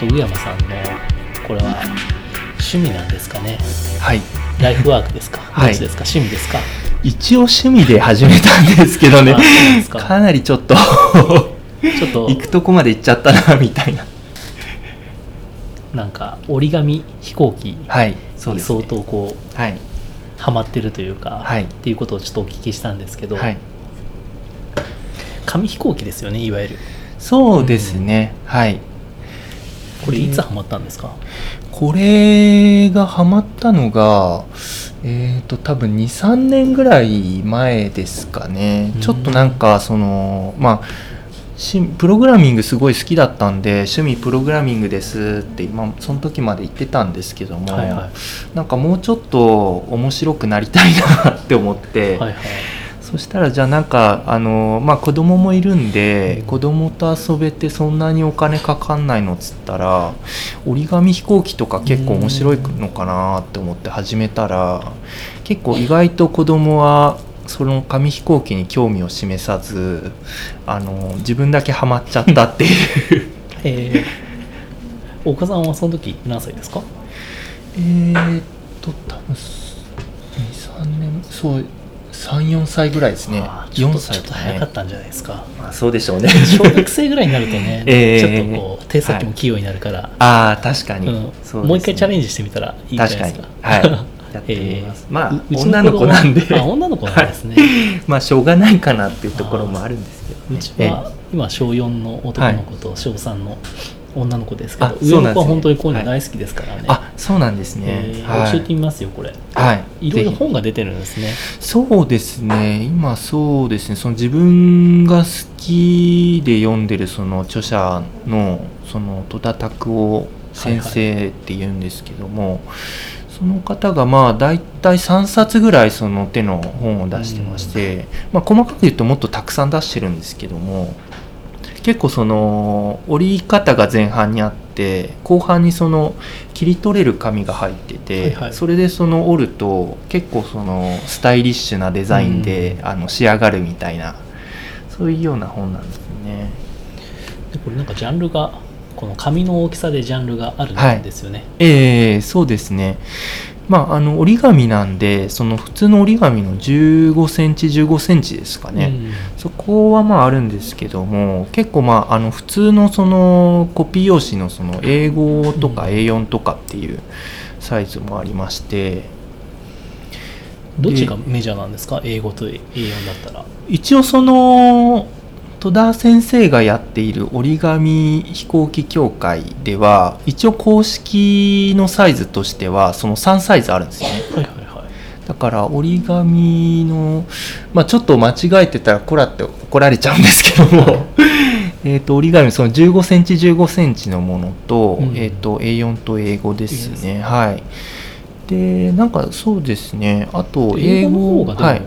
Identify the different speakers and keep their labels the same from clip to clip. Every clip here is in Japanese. Speaker 1: 森山さんのこれは趣味なんですかね
Speaker 2: はい
Speaker 1: ライフワークですか、
Speaker 2: はい
Speaker 1: どっちですか趣味ですか
Speaker 2: 一応趣味で始めたんですけどね
Speaker 1: あそうですか
Speaker 2: かなりちょ っと
Speaker 1: ちょっと
Speaker 2: 行くとこまで行っちゃったなみたいな
Speaker 1: なんか折り紙飛行機に
Speaker 2: はいそうです、
Speaker 1: 相
Speaker 2: ね、
Speaker 1: 当こう
Speaker 2: はい
Speaker 1: ハマってるというか、
Speaker 2: はい
Speaker 1: っていうことをちょっとお聞きしたんですけど、
Speaker 2: はい
Speaker 1: 紙飛行機ですよねいわゆる
Speaker 2: そうですね、はい
Speaker 1: これいつハマったんですか、
Speaker 2: これがハマったのがえっ、と多分23年ぐらい前ですかね、
Speaker 1: うん
Speaker 2: ちょっとなんかそのまあしプログラミングすごい好きだったんで趣味プログラミングですって今その時まで言ってたんですけども、
Speaker 1: はいは
Speaker 2: なんかもうちょっと面白くなりたいなって思って、
Speaker 1: いはいはい
Speaker 2: そしたらじゃあなんかあの、まあ、子供もいるんで、
Speaker 1: うん
Speaker 2: 子供と遊べてそんなにお金かかんないのっつったら折り紙飛行機とか結構面白いのかなって思って始めたら結構意外と子供はその紙飛行機に興味を示さずあの自分だけハマっちゃったっていう
Speaker 1: えー、岡さんはその時何歳ですか
Speaker 2: えーっと多分23年そう34歳ぐらいですね
Speaker 1: あーちょっと
Speaker 2: 4
Speaker 1: ち
Speaker 2: 歳
Speaker 1: ょっと早かったんじゃないですか
Speaker 2: あそうでしょ うね、
Speaker 1: 小学生ぐらいになるとね
Speaker 2: え
Speaker 1: ち
Speaker 2: え
Speaker 1: ょっとこう手先も器用になるから、
Speaker 2: ああ確かに、
Speaker 1: うん
Speaker 2: そ
Speaker 1: もう一回チャレン
Speaker 2: ジ
Speaker 1: ジしてみたらいいんじゃないです
Speaker 2: 確かに
Speaker 1: か。
Speaker 2: はいやってみます、まあ
Speaker 1: ううち
Speaker 2: 女の子
Speaker 1: は
Speaker 2: なんで
Speaker 1: あ女の子なんですね。
Speaker 2: まあしょうがないかなっていうところもあるんですけどね
Speaker 1: うちは今小4の男の子と小3の女の子ですけど、
Speaker 2: あそ
Speaker 1: 上
Speaker 2: うな
Speaker 1: の
Speaker 2: んですね
Speaker 1: 子は本当にこういうの大好きですからね。
Speaker 2: あそうなんですね、
Speaker 1: えー
Speaker 2: はい
Speaker 1: 教えてみますよこれ。
Speaker 2: はい
Speaker 1: いろいろ
Speaker 2: ぜひ
Speaker 1: 本が出てるんですね。
Speaker 2: そうですね今そうですねその自分が好きで読んでるその著者のその戸田拓夫先生っていうんですけども、その方がまあ大体3冊ぐらいその手の本を出してまして、まあ、細かく言うともっとたくさん出してるんですけども結構その折り方が前半にあって後半にその切り取れる紙が入ってて、
Speaker 1: はいはい
Speaker 2: それでその折ると結構そのスタイリッシュなデザインで、あの仕上がるみたいなそういうような本なんですね。
Speaker 1: でこれなんかジャンルがこの紙の大きさでジャンルがあるんですよね。
Speaker 2: ええそうですね。まあ、あの折り紙なんでその普通の折り紙の15センチ15センチですかね、
Speaker 1: うん
Speaker 2: そこはまああるんですけども結構まああの普通のそのコピー用紙のその英語とか
Speaker 1: うん
Speaker 2: A4 とかっていうサイズもありまして
Speaker 1: どっちがメジャーなんですか英語と A4 だったら。
Speaker 2: 一応その戸田先生がやっている折り紙飛行機協会では一応公式のサイズとしてはその3サイズあるんですよね。
Speaker 1: はいはいはい。
Speaker 2: だから折り紙の、まあ、ちょっと間違えてたらこらって怒られちゃうんですけども えーと折り紙その1 5センチ1 5センチのものと,、
Speaker 1: うん
Speaker 2: えー、と A4 と英語です
Speaker 1: いいです
Speaker 2: ねはいでなんかそうですねあと英
Speaker 1: 英
Speaker 2: 語
Speaker 1: 語の方がでも、
Speaker 2: はい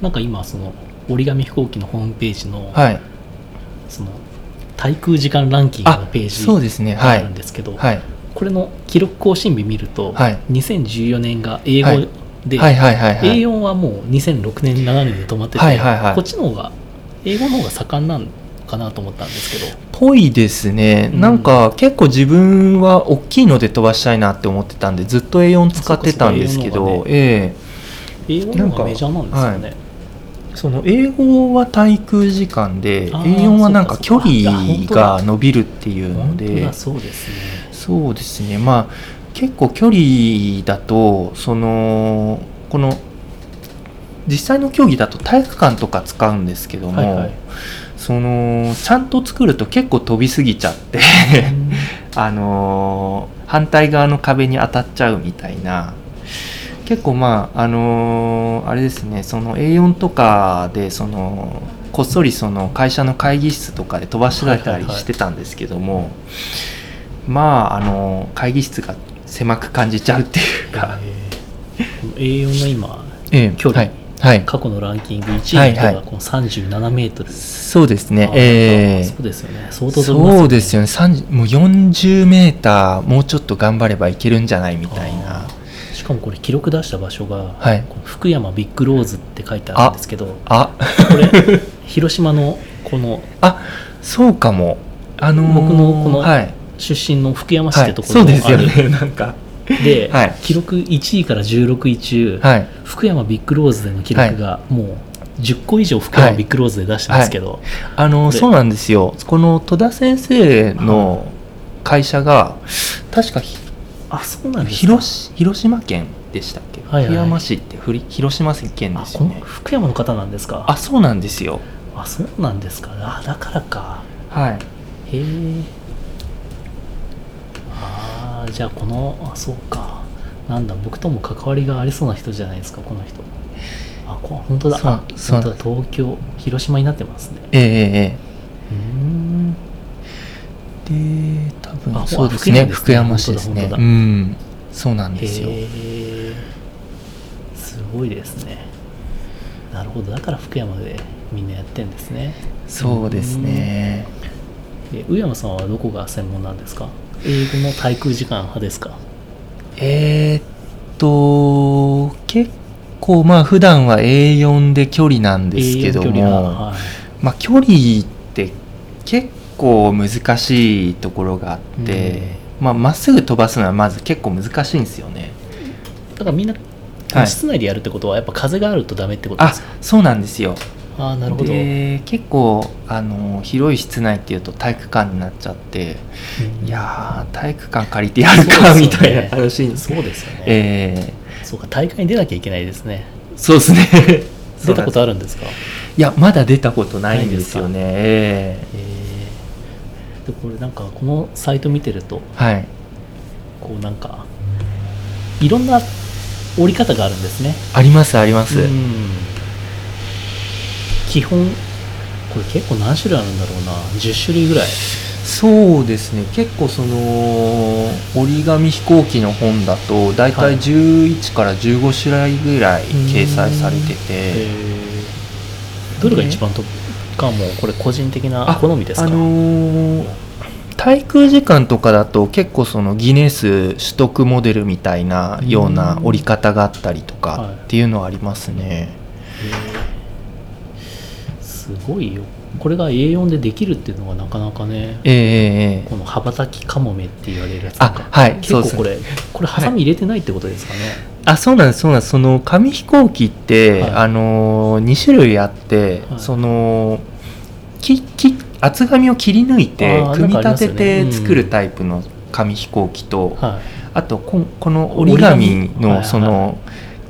Speaker 1: なんか今その折り紙飛行機のホームページの、
Speaker 2: はい
Speaker 1: その滞空時間ランキングの
Speaker 2: あ
Speaker 1: ペー
Speaker 2: そう
Speaker 1: ジ
Speaker 2: ですね
Speaker 1: が
Speaker 2: は
Speaker 1: あるん
Speaker 2: い
Speaker 1: ですけど、
Speaker 2: はい
Speaker 1: これの記録更新日見ると、
Speaker 2: はい
Speaker 1: 2014年が英
Speaker 2: は
Speaker 1: 語
Speaker 2: い
Speaker 1: で、
Speaker 2: はいはいはいはい
Speaker 1: A4 はもう2006年7年で止まってて、
Speaker 2: はいはいはい
Speaker 1: こっちの方が英語の方が盛んなんかなと思ったんですけど
Speaker 2: ぽいですね、
Speaker 1: うん
Speaker 2: なんか結構自分は大きいので飛ばしたいなって思ってたんでずっと A4 使ってたんです
Speaker 1: そ
Speaker 2: け
Speaker 1: っかそっ
Speaker 2: ど
Speaker 1: か
Speaker 2: ええ
Speaker 1: 英語の方がメジャーなんですよね、
Speaker 2: その英語は滞空時間で
Speaker 1: あー
Speaker 2: A4 はなんか
Speaker 1: そ
Speaker 2: 距
Speaker 1: うかそうかあ
Speaker 2: 離
Speaker 1: 本当だ
Speaker 2: が伸びるっていうの
Speaker 1: 本当
Speaker 2: で
Speaker 1: だそうですね
Speaker 2: そうですねまあ結構距離だとそのこの実際の競技だと体育館とか使うんですけども、
Speaker 1: はいはい
Speaker 2: そのちゃんと作ると結構飛びすぎちゃって
Speaker 1: う ん
Speaker 2: あのー反対側の壁に当たっちゃうみたいな結構まああのーあれですねその A4 とかでそのこっそりその会社の会議室とかで飛ばしてたりしてたんですけども、まああのー会議室が狭く感じちゃうっていうか、
Speaker 1: えーこの A4 の今
Speaker 2: ええ
Speaker 1: 距離
Speaker 2: はい、はい
Speaker 1: 過去のランキング1位の
Speaker 2: はい
Speaker 1: 人
Speaker 2: は
Speaker 1: が
Speaker 2: い
Speaker 1: この37メートル、
Speaker 2: そうですね
Speaker 1: あ
Speaker 2: ええ
Speaker 1: そうですよね相当飛びますよね
Speaker 2: そうですよね30もう40メーターもうちょっと頑張ればいけるんじゃないみたいな
Speaker 1: あーしかもこれ記録出した場所が、
Speaker 2: はい
Speaker 1: この福山ビッグローズって書いてあるんですけどこ
Speaker 2: あ
Speaker 1: れ広島のこの
Speaker 2: あそうかもあのー
Speaker 1: 僕のこの
Speaker 2: はい
Speaker 1: 出身の福山市っ
Speaker 2: は
Speaker 1: て
Speaker 2: い
Speaker 1: とこ
Speaker 2: そ
Speaker 1: ろ
Speaker 2: う
Speaker 1: もあ
Speaker 2: で
Speaker 1: る、
Speaker 2: すよねなんか
Speaker 1: で
Speaker 2: はい
Speaker 1: 記録1位から16位中、
Speaker 2: はい
Speaker 1: 福山ビッグローズでの記録がもう10個以上福山ビッグローズで出したんですけど、
Speaker 2: あの
Speaker 1: で
Speaker 2: そうなんですよこの戸田先生の会社が確かひ
Speaker 1: あそうなんですか
Speaker 2: 広し広島県でしたっけ、
Speaker 1: はいはい
Speaker 2: 福山市ってふり広島県で
Speaker 1: あ
Speaker 2: す
Speaker 1: こ
Speaker 2: よ
Speaker 1: の
Speaker 2: ね
Speaker 1: 福山の方なんですか
Speaker 2: あそうなんですよ
Speaker 1: あそうなんですかあだからか
Speaker 2: はい
Speaker 1: へえああじゃあこのあそうかなんだ僕とも関わりがありそうな人じゃないですかこの人あこ本当だ
Speaker 2: そう
Speaker 1: あ
Speaker 2: そう
Speaker 1: 本当だ東京広島になってますね
Speaker 2: えええ
Speaker 1: うーん
Speaker 2: ええで多
Speaker 1: あ
Speaker 2: 分そうですね福
Speaker 1: 福山
Speaker 2: 山
Speaker 1: です
Speaker 2: 市
Speaker 1: ね
Speaker 2: ですね
Speaker 1: 本当だ本当だ
Speaker 2: うんそうなんですよ
Speaker 1: へえすごいですねなるほどだから福山でみんなやってんですね
Speaker 2: そうですね
Speaker 1: え宇山さんはどこが専門なんですか英語の滞空時間派ですか
Speaker 2: えーっと結構まあ普段は A4 で距離なんですけども
Speaker 1: 英語距離派はい
Speaker 2: まあ、距離って結構難しいところがあって、まあ、まっすぐ飛ばすのはまず結構難しいんですよね。
Speaker 1: だからみんな
Speaker 2: はい
Speaker 1: 室内でやるってことはやっぱ風があるとダメってことで
Speaker 2: あ
Speaker 1: すか
Speaker 2: そうなんですよ。
Speaker 1: ああなるほど、
Speaker 2: で結構あの広い室内っていうと体育館になっちゃって
Speaker 1: うん
Speaker 2: いやー体育館借りてやるか、
Speaker 1: そうで
Speaker 2: み
Speaker 1: すよね
Speaker 2: たいな話に、
Speaker 1: そうですよね、
Speaker 2: え
Speaker 1: そうか大会に出なきゃいけないですね
Speaker 2: ーそうで すね
Speaker 1: 出たこと
Speaker 2: あ
Speaker 1: あるんですか
Speaker 2: いやまだ出たことないんですよね。え
Speaker 1: えーでこれなんかこのサイト見てると
Speaker 2: ーはい、
Speaker 1: こうなんかいろんな折り方があるんですね
Speaker 2: ありますあります。
Speaker 1: うん基本これ結構何種類あるんだろうな10種類ぐらい
Speaker 2: そうですね結構その折り紙飛行機の本だと大
Speaker 1: は
Speaker 2: 体
Speaker 1: い
Speaker 2: 11から15種類ぐらい掲載されてて、
Speaker 1: えーどれが一番トップかもうこれ個人的な好みですか
Speaker 2: あのー滞空時間とかだと結構そのギネス取得モデルみたいなような折り方があったりと
Speaker 1: はい
Speaker 2: かっていうのはありますね、
Speaker 1: へーすごいよこれが A4 でできるっていうのがなかなかね
Speaker 2: ええええええ
Speaker 1: この羽ばたきカモメって言われるやつと
Speaker 2: あ
Speaker 1: か
Speaker 2: はい
Speaker 1: 結
Speaker 2: そうで
Speaker 1: 構
Speaker 2: す
Speaker 1: こ
Speaker 2: ね
Speaker 1: れこれハサミ入れてないってことですかね、
Speaker 2: あそうなんですそうなんですその紙飛行機って、
Speaker 1: はい
Speaker 2: あの2種類あって、
Speaker 1: はい
Speaker 2: そのきき厚紙を切り抜いて
Speaker 1: あー
Speaker 2: 組み
Speaker 1: なん
Speaker 2: 立て
Speaker 1: かありますよね
Speaker 2: て作
Speaker 1: う
Speaker 2: る
Speaker 1: ん
Speaker 2: タイプの紙飛行機と、
Speaker 1: はい
Speaker 2: あとこんこの折り紙
Speaker 1: 折り紙はいは
Speaker 2: の
Speaker 1: い
Speaker 2: その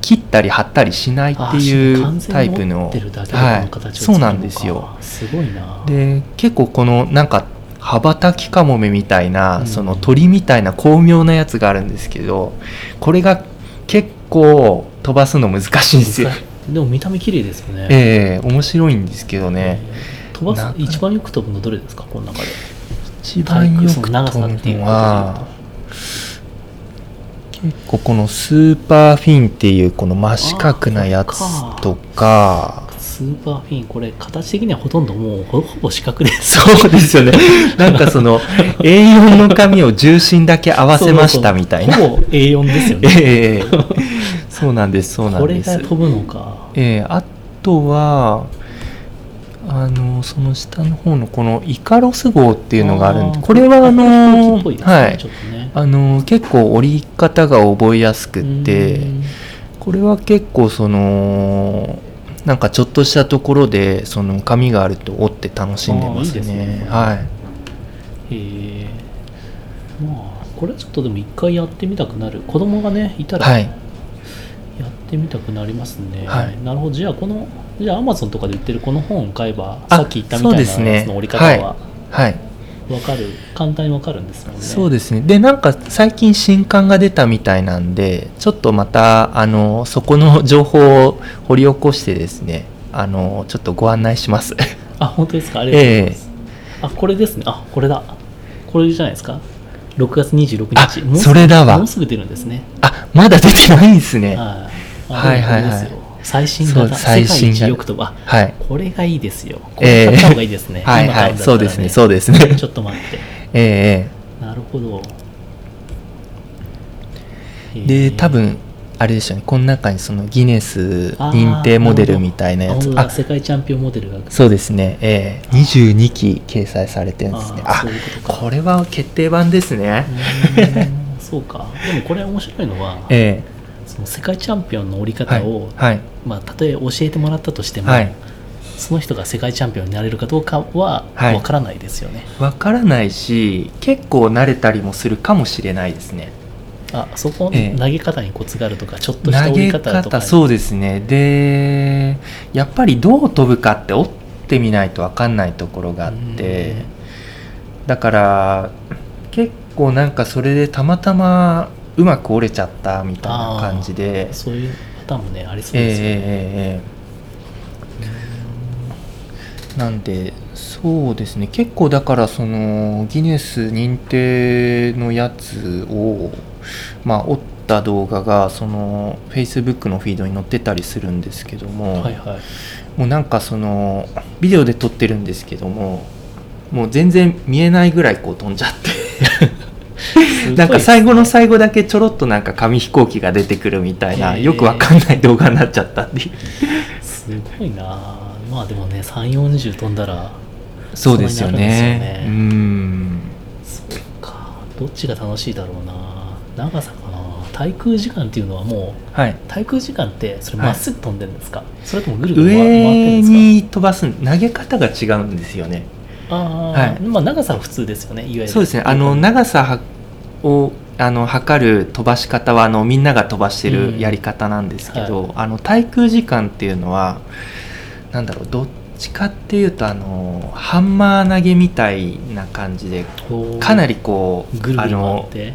Speaker 2: 切ったり貼ったりしないっていうタイプの
Speaker 1: 完全に持ってるだけでこの
Speaker 2: は
Speaker 1: 形を
Speaker 2: い、
Speaker 1: 作るのか
Speaker 2: そうなんですよ。
Speaker 1: すごいな
Speaker 2: で結構このなんか羽ばたきカモメみたいな、
Speaker 1: うん
Speaker 2: その鳥みたいな巧妙なやつがあるんですけどこれが結構飛ばすの難しいんですよ。
Speaker 1: でも見た目綺麗ですよね
Speaker 2: ええ面白いんですけどね、
Speaker 1: えー飛ば
Speaker 2: なん
Speaker 1: す
Speaker 2: か
Speaker 1: 一番よく飛ぶのどれですかこの中で
Speaker 2: 一番よく飛ぶの
Speaker 1: 体育その長さっていうことで言うと
Speaker 2: は結構このスーパーフィンっていうこの真四角なやつとか
Speaker 1: スーパーフィンこれ形的にはほとんどもうほほぼ四角です
Speaker 2: そうですよね なんかその A4 の紙を重心だけ合わせましたみたいな
Speaker 1: そうそうそうほぼ A4 ですよ
Speaker 2: え
Speaker 1: ね
Speaker 2: えそうなんですそうな
Speaker 1: こ
Speaker 2: ん
Speaker 1: れ
Speaker 2: で
Speaker 1: が
Speaker 2: す
Speaker 1: 飛ぶのか
Speaker 2: ええあとはあのその下の方のこのイカロス号っていうのがあるんで
Speaker 1: ー
Speaker 2: これはあ
Speaker 1: 飛行
Speaker 2: の
Speaker 1: 機っぽいですね
Speaker 2: はい
Speaker 1: ちょっとね
Speaker 2: あの結構折り方が覚えやすくて
Speaker 1: うん
Speaker 2: これは結構そのなんかちょっとしたところでその紙があると折って楽しんでま
Speaker 1: あーい
Speaker 2: す
Speaker 1: いです
Speaker 2: ね
Speaker 1: ね
Speaker 2: はい
Speaker 1: へえまあこれはちょっとでも一回やってみたくなる子供がねいたら
Speaker 2: は
Speaker 1: や
Speaker 2: い
Speaker 1: ってみたくなりますね、
Speaker 2: はい
Speaker 1: なるほどじゃあこのじゃあアマゾンとかで売ってるこの本を買えば
Speaker 2: あ
Speaker 1: さっき言ったみたいな
Speaker 2: そうですね
Speaker 1: やつの折り方は
Speaker 2: はい
Speaker 1: わかる、簡単にわかるんですもんね
Speaker 2: そうですねでなんか最近新刊が出たみたいなんでちょっとまたあのそこの情報を掘り起こしてですねあのちょっとご案内します
Speaker 1: あ本当ですかありがとうございます、あこれですねあこれだこれじゃないですか6月26
Speaker 2: あ
Speaker 1: 日もうすぐ
Speaker 2: それだわ
Speaker 1: もうすぐ出るんですね
Speaker 2: あまだ出てないんですねは
Speaker 1: はい
Speaker 2: はいはいは
Speaker 1: あ
Speaker 2: い
Speaker 1: でもこれですよ最新
Speaker 2: そ
Speaker 1: 型
Speaker 2: う最新
Speaker 1: 世
Speaker 2: 型
Speaker 1: 界一よくとあ
Speaker 2: い
Speaker 1: これがいいですよこれ買った方がいいですね、
Speaker 2: はい
Speaker 1: 今買
Speaker 2: は
Speaker 1: ん
Speaker 2: い
Speaker 1: だった
Speaker 2: そ
Speaker 1: ら
Speaker 2: うですねそうですね
Speaker 1: ちょっと待って
Speaker 2: ええ
Speaker 1: なるほど
Speaker 2: ええで多分あれでしたねこの中にそのギネス認定モデルみたいなやつ
Speaker 1: あ
Speaker 2: あ
Speaker 1: 世界チャンピオンモデルが
Speaker 2: そうですねええ22期掲載されてるんですねあ
Speaker 1: あーそういう ことか
Speaker 2: これは決定版ですね
Speaker 1: うーんそうかでもこれ面白いのは、
Speaker 2: え
Speaker 1: その世界チャンピオンの折り
Speaker 2: えはい
Speaker 1: 方を、
Speaker 2: はい
Speaker 1: まあ、たとえ教えてもらったとしても、
Speaker 2: はい
Speaker 1: その人が世界チャンピオンになれるかどうかは
Speaker 2: はい
Speaker 1: わからないですよね、
Speaker 2: わからないし結構慣れたりもするかもしれないですね
Speaker 1: あそこ
Speaker 2: ええ
Speaker 1: 投げ方にコツがあるとかちょっとした
Speaker 2: 投
Speaker 1: 折り
Speaker 2: げ
Speaker 1: 方とか
Speaker 2: 方
Speaker 1: に
Speaker 2: そうですねでやっぱりどう飛ぶかって折ってみないと分かんないところがあって
Speaker 1: うん
Speaker 2: だから結構なんかそれでたまたまうまく折れちゃったみたいな感じで
Speaker 1: そういうパターンもねありそう
Speaker 2: ええ
Speaker 1: ですよね、
Speaker 2: ええええなんでそうですね結構だからそのギネス認定のやつをまあ折った動画がその Facebook のフィードに載ってたりするんですけども、
Speaker 1: はいはい
Speaker 2: もうなんかそのビデオで撮ってるんですけどももう全然見えないぐらいこう飛んじゃ って
Speaker 1: すごい
Speaker 2: なんか最後の最後だけちょろっとなんか紙飛行機が出てくるみたいな、
Speaker 1: へー
Speaker 2: よくわかんない動画になっちゃったっていう
Speaker 1: すごいなまあでもね3 4 0飛んだら
Speaker 2: そうですよね
Speaker 1: そううなる
Speaker 2: ん
Speaker 1: そうかどっちが楽しいだろうな長さかな滞空時間っていうのはも
Speaker 2: はい、
Speaker 1: う滞空時間ってそれ
Speaker 2: はい
Speaker 1: まっすぐ飛んでるんですか、それともぐるぐる回回
Speaker 2: 上
Speaker 1: ってるんです
Speaker 2: に飛ばす投げ方が違うんですよね
Speaker 1: かああ、
Speaker 2: はい
Speaker 1: まあ長さは普通ですよねいわゆる
Speaker 2: そうですねあの長さはをあの測る飛ばし方はあのみんなが飛ばして
Speaker 1: うん
Speaker 2: るやり方なんですけ
Speaker 1: は
Speaker 2: ど、あの滞空時間っていうのはなんだろうどっちかっていうとあのハンマー投げみたいな感じで
Speaker 1: こう
Speaker 2: かなりこう
Speaker 1: ぐるぐ
Speaker 2: あ
Speaker 1: る回っ
Speaker 2: の
Speaker 1: て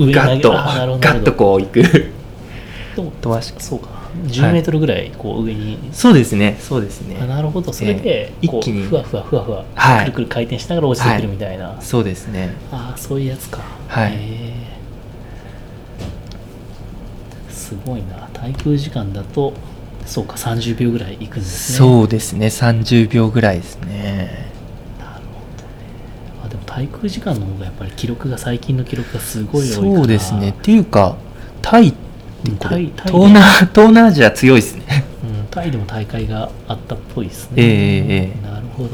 Speaker 2: ガッと
Speaker 1: あーなるほどな
Speaker 2: ガ
Speaker 1: るほ
Speaker 2: ッと
Speaker 1: ど
Speaker 2: こういく
Speaker 1: でも
Speaker 2: 飛ばし
Speaker 1: そうか10メートルぐらいこう上に、
Speaker 2: そうですねそうです
Speaker 1: あ
Speaker 2: ね
Speaker 1: なるほどそれで
Speaker 2: ええ
Speaker 1: こう
Speaker 2: 一気に
Speaker 1: ふわふわふわふわ、
Speaker 2: はい
Speaker 1: くるくる回転しながら落ちてくるみたいな、
Speaker 2: そうですね
Speaker 1: ああそういうやつか
Speaker 2: はい
Speaker 1: へえすごいな滞空時間だとそうか30秒ぐらいいくんですね
Speaker 2: そうですね30秒ぐらいですね
Speaker 1: なるほどねあでも滞空時間の方がやっぱり記録が最近の記録がすごい多いから
Speaker 2: そうですねっていうかタイってこ
Speaker 1: タ
Speaker 2: れ
Speaker 1: イタイ
Speaker 2: 東南東南アジア強いですね
Speaker 1: うん、タイでも大会があったっぽいですね。
Speaker 2: ええええ
Speaker 1: なるほど。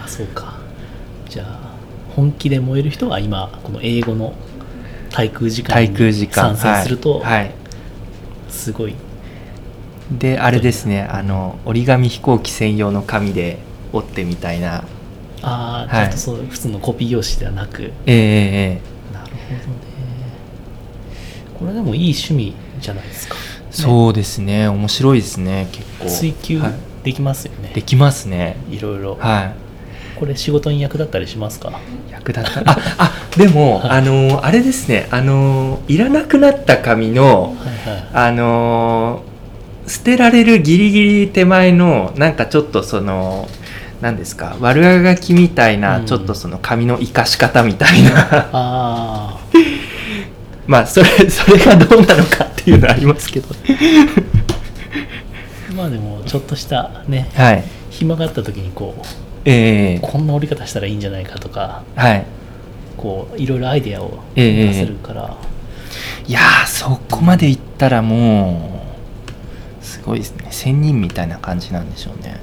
Speaker 1: あ、そうか。じゃあ、本気で燃える人は今、この英語の対空時間
Speaker 2: 滞空時
Speaker 1: に参
Speaker 2: 間
Speaker 1: 戦すると、
Speaker 2: はい、はい
Speaker 1: すごい
Speaker 2: であれですねあの折り紙飛行機専用の紙で折ってみたいな
Speaker 1: ああ、
Speaker 2: は
Speaker 1: ち
Speaker 2: い
Speaker 1: ゃんとそう普通のコピー用紙ではなく。
Speaker 2: ええええ
Speaker 1: なるほどね。これでもいい趣味じゃないですか。
Speaker 2: ええそうですね面白いですね結構
Speaker 1: 追求
Speaker 2: はい
Speaker 1: できますよね。
Speaker 2: できますね
Speaker 1: いろいろ。
Speaker 2: は
Speaker 1: これ仕事に役立ったりしますか
Speaker 2: い役立ったああでも、
Speaker 1: はい
Speaker 2: あのあれですねあのいらなくなった紙の
Speaker 1: はいはい。
Speaker 2: あのー捨てられるギリギリ手前のなんかちょっとその何ですか悪あがきみたいな、
Speaker 1: うん
Speaker 2: ちょっとその紙の生かし方みたいな
Speaker 1: あ あ。
Speaker 2: まあそれそれがどうなのかっていうのはありますけど
Speaker 1: まあでもちょっとしたね
Speaker 2: はい
Speaker 1: 暇があった時にこう
Speaker 2: ええ
Speaker 1: こんな折り方したらいいんじゃないかとか
Speaker 2: はい
Speaker 1: こういろいろアイデアを
Speaker 2: ええ
Speaker 1: 出せるから、
Speaker 2: いやーそこまでいったらもうすごいですね仙人みたいな感じなんでしょうね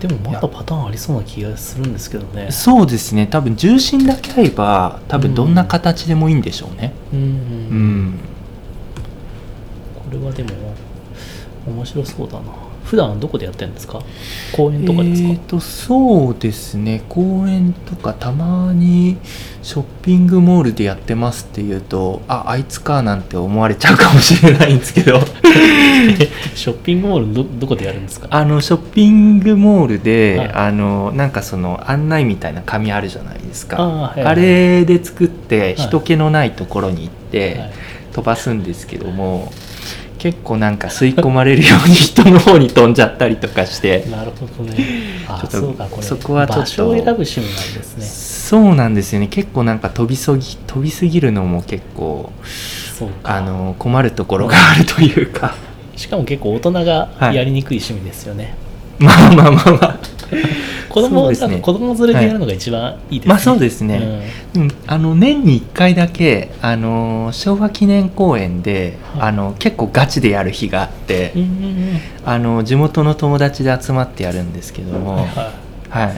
Speaker 1: でもま
Speaker 2: いや
Speaker 1: だパターンありそうな気がするんですけどね
Speaker 2: そうですね多分重心だけあれば多分どんな形でもいいんでしょうね
Speaker 1: うん、
Speaker 2: うん
Speaker 1: これはでも面白そうだな普段どこでやってるんですか公園とかですか、
Speaker 2: えー、とそうですね公園とかたまにショッピングモールでやってますっていうとああいつかなんて思われちゃうかもしれないんですけ ど
Speaker 1: ショッピングモールどどこでやるんですか
Speaker 2: あのショッピングモールで、
Speaker 1: はい
Speaker 2: あのなんかその案内みたいな紙あるじゃないですか
Speaker 1: あ
Speaker 2: あ,、
Speaker 1: ーはい
Speaker 2: れで作って
Speaker 1: い
Speaker 2: 人気のないところに行って、
Speaker 1: はい
Speaker 2: 飛ばすんですけども結構なんか吸い込まれるように人の方に飛んじゃったりとか して。
Speaker 1: なるほどねあ
Speaker 2: ちょっと
Speaker 1: そうかこれ
Speaker 2: そこはちょっと
Speaker 1: 場所を選ぶ趣味なんですね
Speaker 2: そうなんですよね結構なんか飛びそぎ飛びすぎるのも結構
Speaker 1: そうか
Speaker 2: あの困るところがあるというか
Speaker 1: しかも結構大人がやりにくい趣味ですよね、
Speaker 2: まあまあまあまあ
Speaker 1: 子供
Speaker 2: そう
Speaker 1: を、
Speaker 2: ですね
Speaker 1: なんか子供連れでやるのが一番いいですね。
Speaker 2: まあそうですね、うんあの年に1回だけ、あのー昭和記念公園で、
Speaker 1: はい
Speaker 2: あの結構ガチでやる日があって、
Speaker 1: うん。うんうんうん
Speaker 2: あの地元の友達で集まってやるんですけども、
Speaker 1: はい
Speaker 2: はい
Speaker 1: は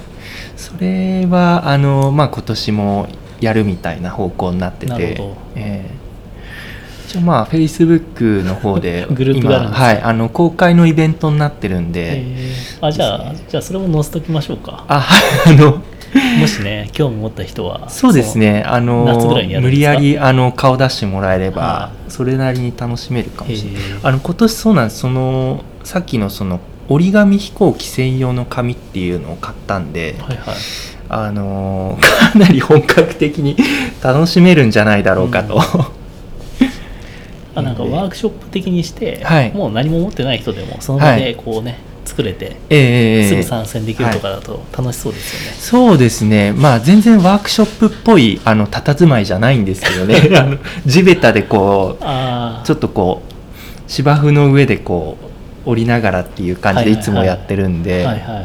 Speaker 2: それはあのー、まあ、今年もやるみたいな方向になって
Speaker 1: なる
Speaker 2: て
Speaker 1: ほど、
Speaker 2: ええ一応まあフェイスブックの方で
Speaker 1: グループがあるん
Speaker 2: 今
Speaker 1: ですね
Speaker 2: はい、あの公開のイベントになってるん
Speaker 1: い
Speaker 2: で、
Speaker 1: えーあじゃあ、
Speaker 2: ですね
Speaker 1: じゃあそれも載せときましょうか。
Speaker 2: あ はいあの
Speaker 1: もしね、興味持った人は。
Speaker 2: そうですね、
Speaker 1: 夏
Speaker 2: あ
Speaker 1: ぐ
Speaker 2: の
Speaker 1: らいにやる
Speaker 2: 無
Speaker 1: んですか
Speaker 2: 理やりあの顔出してもらえれば
Speaker 1: は、
Speaker 2: それなりに楽しめるか
Speaker 1: そ
Speaker 2: も
Speaker 1: う。
Speaker 2: しれない。
Speaker 1: えー
Speaker 2: あの今年そうなんです、そのさっきのその折り紙飛行機専用の紙っていうのを買ったんで、
Speaker 1: はいはい。
Speaker 2: あのかなり本格的に楽しめるんじゃないだろうかと。
Speaker 1: うん
Speaker 2: は
Speaker 1: あなんか
Speaker 2: なんで
Speaker 1: ワークショップ的にして、
Speaker 2: はい
Speaker 1: もう何も持ってない人でもその場
Speaker 2: は
Speaker 1: で
Speaker 2: い
Speaker 1: こうね、作れて
Speaker 2: えええ
Speaker 1: す
Speaker 2: え
Speaker 1: ぐ参戦できるとかだと楽しそうですよね。
Speaker 2: そうですね、まあ、全然ワークショップっぽいあの佇まいじゃないんですけど ねあの地べたでこう
Speaker 1: ああ
Speaker 2: ちょっとこう芝生の上でこう降りながらっていう感じ
Speaker 1: は
Speaker 2: で
Speaker 1: いはい
Speaker 2: い
Speaker 1: はい
Speaker 2: つもやってるんで、
Speaker 1: はいはいはい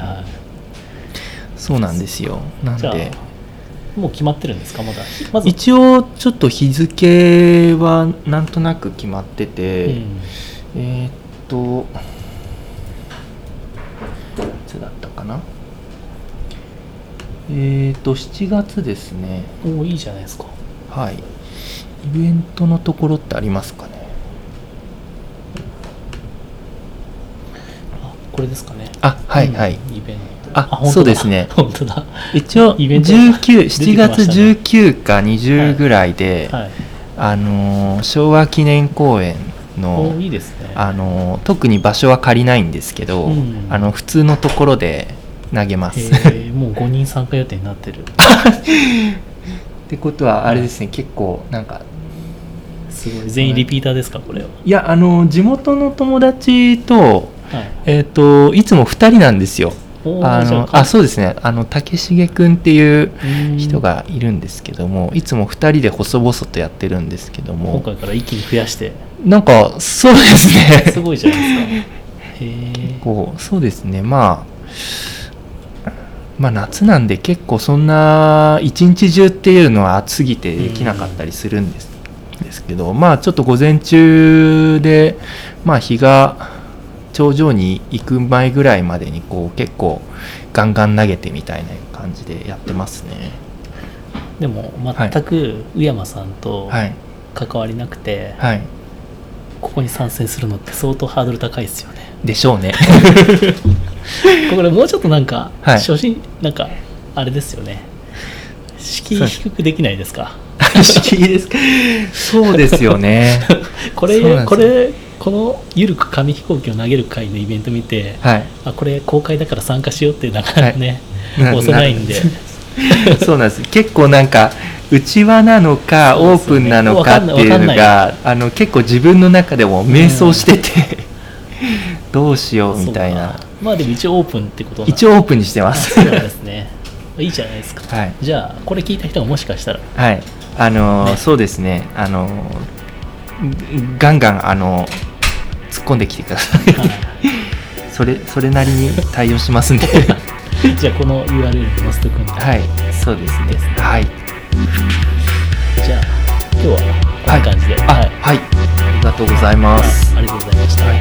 Speaker 2: そうなんですよなん
Speaker 1: じゃ
Speaker 2: で
Speaker 1: あもう決まってるんですかまだまず、
Speaker 2: 一応ちょっと日付はなんとなく決まって
Speaker 1: う
Speaker 2: て、
Speaker 1: ん、
Speaker 2: えーっといつだったかなえーっと7月ですね
Speaker 1: おーいいじゃないですか
Speaker 2: はいイベントのところってありますかね
Speaker 1: あこれですかね
Speaker 2: あはいはい、
Speaker 1: うんイベント
Speaker 2: あ
Speaker 1: 本当だ
Speaker 2: そうですね
Speaker 1: 本当だ
Speaker 2: 一応
Speaker 1: イベント
Speaker 2: 19 7
Speaker 1: てきま
Speaker 2: 月
Speaker 1: したね
Speaker 2: 19か20ぐらいで、
Speaker 1: はい
Speaker 2: あのー昭和記念公園
Speaker 1: お
Speaker 2: の
Speaker 1: ーいいですね
Speaker 2: あのー特に場所は借りないんですけど、
Speaker 1: うん
Speaker 2: あの普通のところで投げます。っ
Speaker 1: えーもう5人参加予定になってる
Speaker 2: てことはあれですね結構なんか
Speaker 1: すごい全員リピーターですかこれは、
Speaker 2: いやあのー地元の友達と,、
Speaker 1: はい、
Speaker 2: えー、といつも2人なんですよ。
Speaker 1: おー
Speaker 2: あ
Speaker 1: じゃ
Speaker 2: の
Speaker 1: か
Speaker 2: あそうですねあの竹重くんっていう
Speaker 1: うん
Speaker 2: 人がいるんですけどもいつも2人で細々とやってるんですけども
Speaker 1: 今回から一気に増や して
Speaker 2: なんかそうですね
Speaker 1: すごいじゃないですか。へえ。
Speaker 2: こうそうですねまあまあ夏なんで結構そんな一日中っていうのは暑すぎてできなかったりするんです,、ですけどまあちょっと午前中でまあ日が頂上に行く前ぐらいまでにこう結構ガンガン投げてみたいな感じでやってますね
Speaker 1: でも全く宇山さんと
Speaker 2: はい
Speaker 1: 関わりなくて、
Speaker 2: はい
Speaker 1: ここに参戦するのって相当ハードル高いですよね。
Speaker 2: でしょう ね
Speaker 1: これもうちょっとなんか、
Speaker 2: はい
Speaker 1: 初心なんかあれですよね。敷居低くできないですか。
Speaker 2: 不思議ですそうですよ ね
Speaker 1: こ
Speaker 2: そうなんです
Speaker 1: れ
Speaker 2: よ
Speaker 1: これこのゆるく紙飛行機を投げる会のイベント見て、
Speaker 2: はい
Speaker 1: あこれ公開だから参加しようってなかなかね、
Speaker 2: はい
Speaker 1: 押せないんで。
Speaker 2: そうなんです結構なんか内輪なのか
Speaker 1: そう
Speaker 2: オ
Speaker 1: で
Speaker 2: ー
Speaker 1: すよ
Speaker 2: プ
Speaker 1: ね
Speaker 2: ンなのかっていうの
Speaker 1: わかんな
Speaker 2: があの結構自分の中でも迷走してて、 どうしよ うみたい
Speaker 1: そう
Speaker 2: な
Speaker 1: かまあでも一応オープンってことなんで
Speaker 2: 一応オープンにしてま
Speaker 1: あ
Speaker 2: す
Speaker 1: そうなん
Speaker 2: は
Speaker 1: ですね。 いいじゃないですか。
Speaker 2: い、
Speaker 1: じゃあ、これ聞いた人がもしかしたら、
Speaker 2: はい、あのー
Speaker 1: ね
Speaker 2: そうですねあのーガンガンあのー突っ込んできてくださいそれそれなりに対応しま すんで
Speaker 1: じゃあこの URL で載せておくんで、
Speaker 2: はいそうですねはい
Speaker 1: じゃあ、今日はこん
Speaker 2: は
Speaker 1: な感じで、
Speaker 2: あはい、ありがとうございます、
Speaker 1: ありがとうございました。
Speaker 2: はい